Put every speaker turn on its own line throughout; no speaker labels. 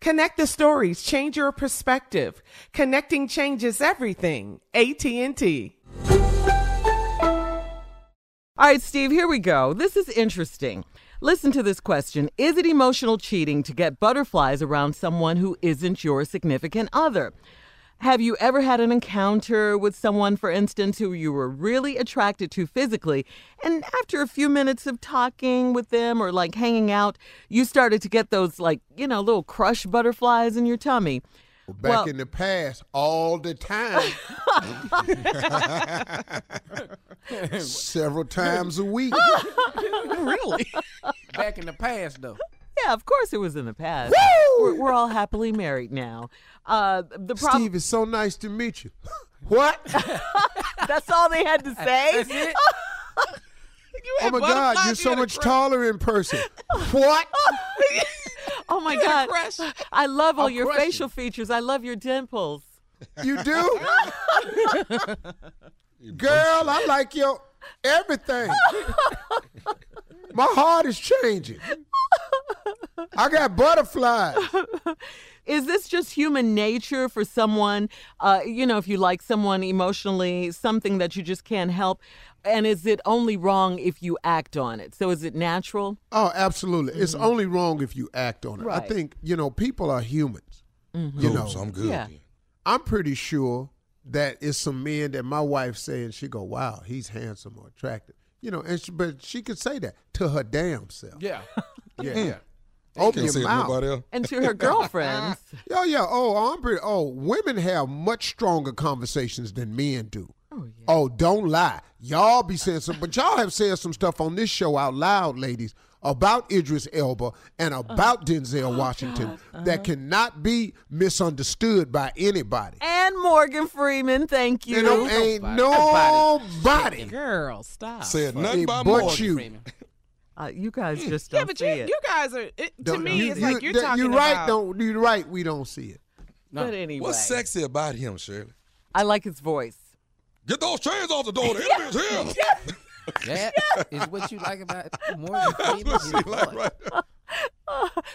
Connect the stories, change your perspective. Connecting changes everything. AT&T.
All right, Steve, here we go. This is interesting. Listen to this question Is it emotional cheating to get butterflies around someone who isn't your significant other? Have you ever had an encounter with someone, for instance, who you were really attracted to physically, and after a few minutes of talking with them or like hanging out, you started to get those, like, you know, little crush butterflies in your tummy?
Back
Well-
in the past, all the time. Several times a week.
really? Back in the past, though.
Yeah, of course it was in the past. We're, we're all happily married now. Uh, the problem.
Steve, it's so nice to meet you. what?
That's all they had to say.
That's it.
Oh my God, you're so much taller in person.
What?
Oh my God.
crush.
I love all
I'll
your
crush you.
facial features. I love your dimples.
You do? Girl, I like your everything. My heart is changing. I got butterflies.
Is this just human nature for someone? Uh, you know, if you like someone emotionally, something that you just can't help? And is it only wrong if you act on it? So is it natural?
Oh, absolutely. It's only wrong if you act on it. I
Mm-hmm. Right. Mm-hmm.
think, you know, people are humans. You know, I'm,
good.
Yeah.
pretty sure that it's some men that my wife saying she go, "Wow, he's handsome or attractive." You know, and she, but she could say that to her damn self.
Yeah.
Yeah. Open your mouth.
else.
And to her girlfriends.
Yeah, yeah. Oh, I'm pretty. Oh, women have much stronger conversations than men do. Oh, yeah. oh, don't lie. Y'all be saying some, but y'all have said some stuff on this show out loud, ladies, about Idris Elba and about Denzel Washington that cannot be misunderstood by anybody.
And Morgan Freeman, thank you.
You know, ain't nobody
Girl, stop.
Said nothing
but
about more.
you.
Uh, you guys just don't
Yeah, but you,
see it.
you guys are. It, to
Don't-
me,
you-
it's
you-
like you're
that-
talking
You're right.
about.
Don't you're right. We don't see it.
But anyway,
What's sexy about him, Shirley?
I like his voice.
Get those chains off the door. The enemy's here.
That is what you like about Morgan Freeman.
Like, right.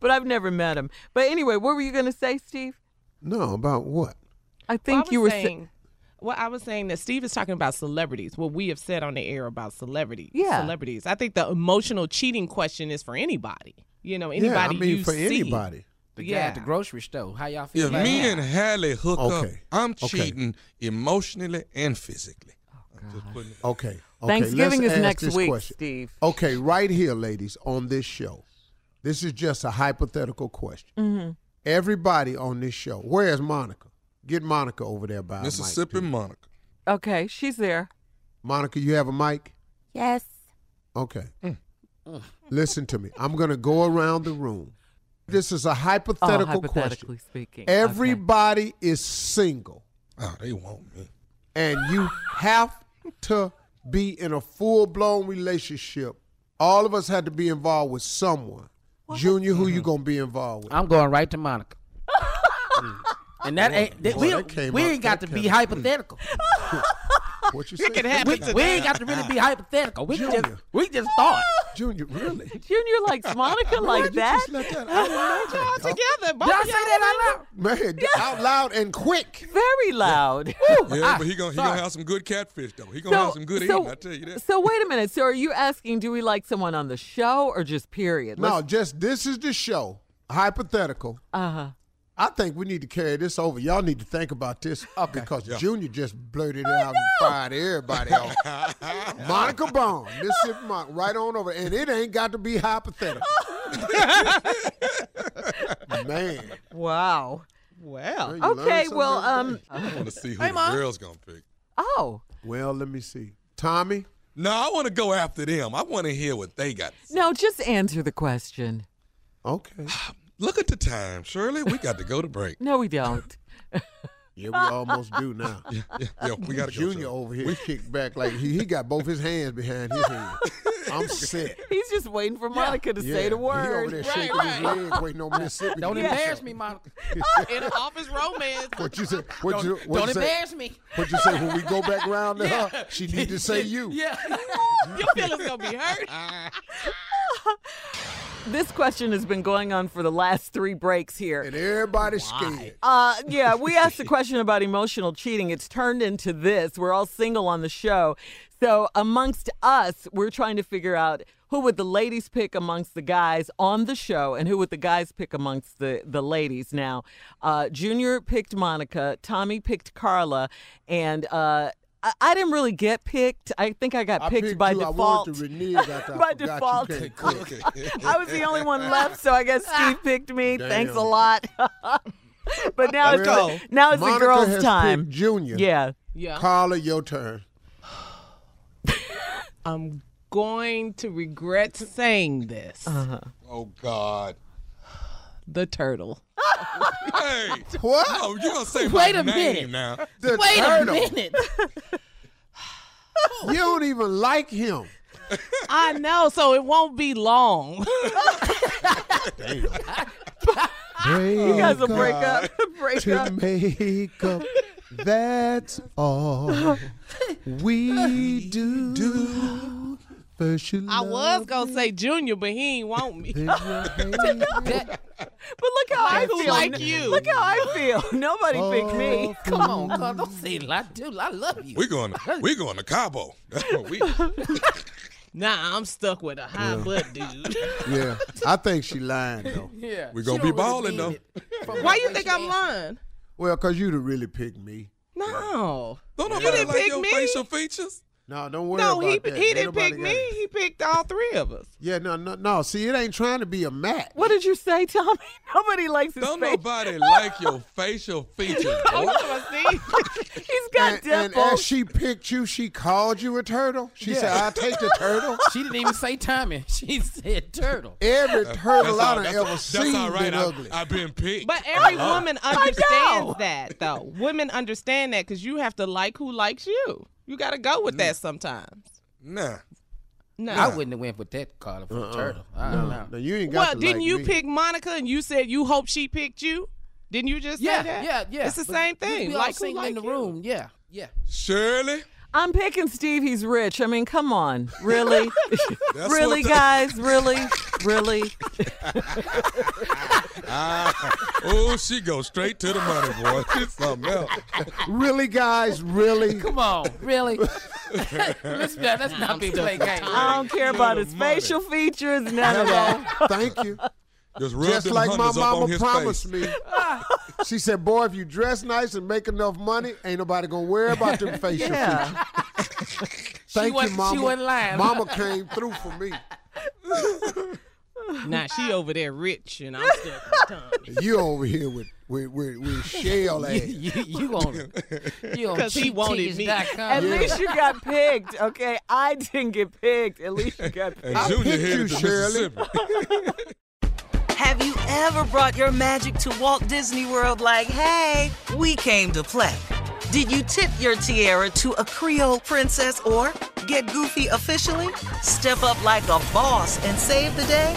but I've never met him. But anyway, what were you going to say, Steve?
No, about
Well,
what?
I
I
think
was
you were sa-
saying. well, I was saying that Steve is talking about celebrities. What we have said on the air about celebrities.
Yeah.
Celebrities. I think the emotional cheating question is for anybody. You know, anybody
yeah, I mean
you
for
see.
anybody.
The guy
Yeah.
at the grocery store. How y'all feel
If
about
me
that?
and Hallie hook up,
Okay.
I'm
Okay.
cheating emotionally and physically. I'm just putting it-
Okay. okay
Thanksgiving
let's
is
ask
next
this
week,
question.
Steve.
Okay, right here, ladies, on this show. This is just a hypothetical question.
Mm-hmm.
Everybody on this show, where's Monica? Get Monica over there by a mic,
Mississippi
please.
Monica.
Okay, she's there.
Monica, you have a mic?
Yes.
Okay. Listen to me. I'm going to go around the room. This is a hypothetical
oh, hypothetically
question.
speaking. Okay.
Everybody is single,
Oh, they want me.
and you have to be in a full blown relationship. All of us had to be involved with someone. Junior, who you going to be involved with?
I'm going right to Monica. and that ain't that,
boy,
we,
that
don't-
came
we
out-
ain't got
that
to be
came out-
hypothetical.
What you say?
we, we ain't got to really be hypothetical. We just
Junior.
we just thought.
Junior, really?
Junior likes
Why'd
Monica like
you
that.
just let that out loud? like that,
Together. both
Did I
of
say
y'all
that out loud?
dog? Man, out loud and quick.
Very loud.
Yeah, but he gonna he
sorry.
gonna have some good catfish though. He gonna have some good eating. I tell you that.
Ah. so wait a minute. So are you asking, do we like someone on the show or just period?
No, just this is the show. Hypothetical.
Uh huh.
I think we need to carry this over. Y'all need to think about this uh, because
Yeah.
Junior just blurted it out and fired everybody off. Monica Bond, Mississippi Monica, right on over. And it ain't got to be hypothetical. Man.
Wow.
Well.
you learn
Okay.
something
Well,
every
um.
day.
I want to see who
Hey,
the
Ma.
girl's gonna pick.
Oh
Well, let me see. Tommy?
No, I want to go after them. I want to hear what they got. to say.
no, just answer the question.
Okay.
Look at the time, Shirley. We got to go to break.
No, we don't.
Yeah, we almost do now.
Yeah, yeah, we got to go.
Junior
Shirley.
over here kicked back like he, he got both his hands behind his head. I'm sick.
He's just waiting for Monica to
Yeah,
say the
He over
word.
there
Right,
shaking
right.
his leg, waiting on Mississippi.
Don't
to get
embarrass
some.
me, Monica.
In an office romance.
What you say? What
Don't,
you, what
don't
you say?
embarrass me.
What you say when we go back round to her? She need to say you.
Yeah.
Your feelings gonna be hurt.
This question has been going on for the last three breaks here.
And everybody's scared.
Uh, yeah, we asked a question about emotional cheating. It's turned into this. We're all single on the show. So, amongst us, we're trying to figure out who would the ladies pick amongst the guys on the show and who would the guys pick amongst the, the ladies. Now, uh, Junior picked Monica, Tommy picked Carla, and uh, I, I didn't really get picked. I think I got
I
picked,
picked
by
you. I
default.
wanted to renege after I
By
forgot you
default.
can't cook.
I was the only one left, so I guess Steve picked me. Thanks a lot. but now it's
Well,
the, now it's the
Monica has
girls'
picked
time.
Junior.
Yeah.
Yeah.
Carla, your turn.
I'm going to regret saying this.
Uh-huh.
Oh God.
The turtle.
Hey.
What?
Oh, you gonna say
Wait
my
a minute.
name now?
The
Wait
turtle.
a minute.
You don't even like him.
I know, so it won't be long.
You guys will break up. break
to
up.
make up. That's all we do. First you
I was
love,
gonna say junior, but he ain't want me.
then you hate.
But look how I
Who
feel.
like you?
Look how I feel. Nobody picked
Oh,
me.
Come on, cuz. Don't say it. I do. I love you.
We going to we going to Cabo. That's what we.
Nah, I'm stuck with a high butt dude.
Yeah, I think she lying though.
Yeah.
We gonna be balling though.
Why you think I'm lying?
Well, cause you'd have really picked me.
No.
Don't
You
nobody
didn't
like
pick
your
me.
facial features.
No, don't worry
No,
about
he
that.
he
Ain't
didn't
nobody
pick
got
me.
it.
He picked all three of us.
Yeah, no, no, no. See, it ain't trying to be a match.
What did you say, Tommy? Nobody likes his
Don't
face.
nobody like your facial features.
Oh,
boy.
He's
And,
got
and
dimples.
as she picked you, she called you a turtle. She said, "I take the turtle."
She didn't even say timing. She said turtle.
Every turtle I done
that's,
ever
that's
seen
all right.
been
I,
ugly.
I've been picked.
But every woman
know.
understands that, though. Women understand that because you have to like who likes you. You got to go with that sometimes.
nah.
No.
Mm. I wouldn't have went with that Carla for turtle. I don't know.
no, you ain't got
well,
to
didn't
like
you
me.
pick Monica and you said you hope she picked you? Didn't you just
Yeah,
say that?
yeah, yeah.
It's the
But
same
we-
thing.
We all
like who
single
like
in the
you.
room. Yeah, yeah.
Shirley.
I'm picking Steve. He's rich. I mean, come on. Really?
That's
really,
what the-
guys? Really? Really?
oh, she goes straight to the money, boy. She's something else.
Really, guys? Really?
Come on, really? let's not, let's not be playing games.
I don't care about his
Money.
facial features, none of that.
Hello. Thank you.
Just rub
Just
them
like my
hundreds up on
mama
his
promised
face.
me. She said, "Boy, if you dress nice and make enough money, ain't nobody gonna worry about them facial features."
Yeah.
Thank you,
wasn't- she
mama.
wasn't lying.
Mama came through for me.
Now she over there rich and I'm still Tommy.
You over here with with with, with shell ass.
You, you on you on
'Cause he wanted me.
At
cheaptees.com.
least you got pigged, okay? I didn't get pigged. At least you got pigged.
And
I
Junior
picked
headed
you,
to
Shirley.
Mississippi.
Have you ever brought your magic to Walt Disney World like, hey, we came to play? Did you tip your tiara to a Creole princess or get goofy officially? Step up like a boss and save the day?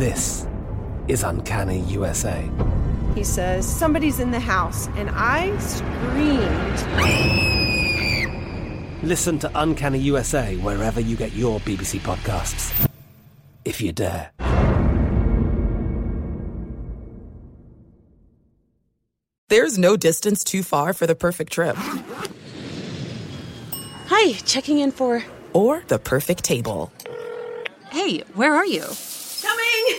This is Uncanny USA.
He says, Somebody's in the house. And I screamed.
Listen to Uncanny USA wherever you get your BBC podcasts, if you dare.
There's no distance too far for the perfect trip
Hi, checking in for.
or the perfect table.
Hey, where are you? Coming!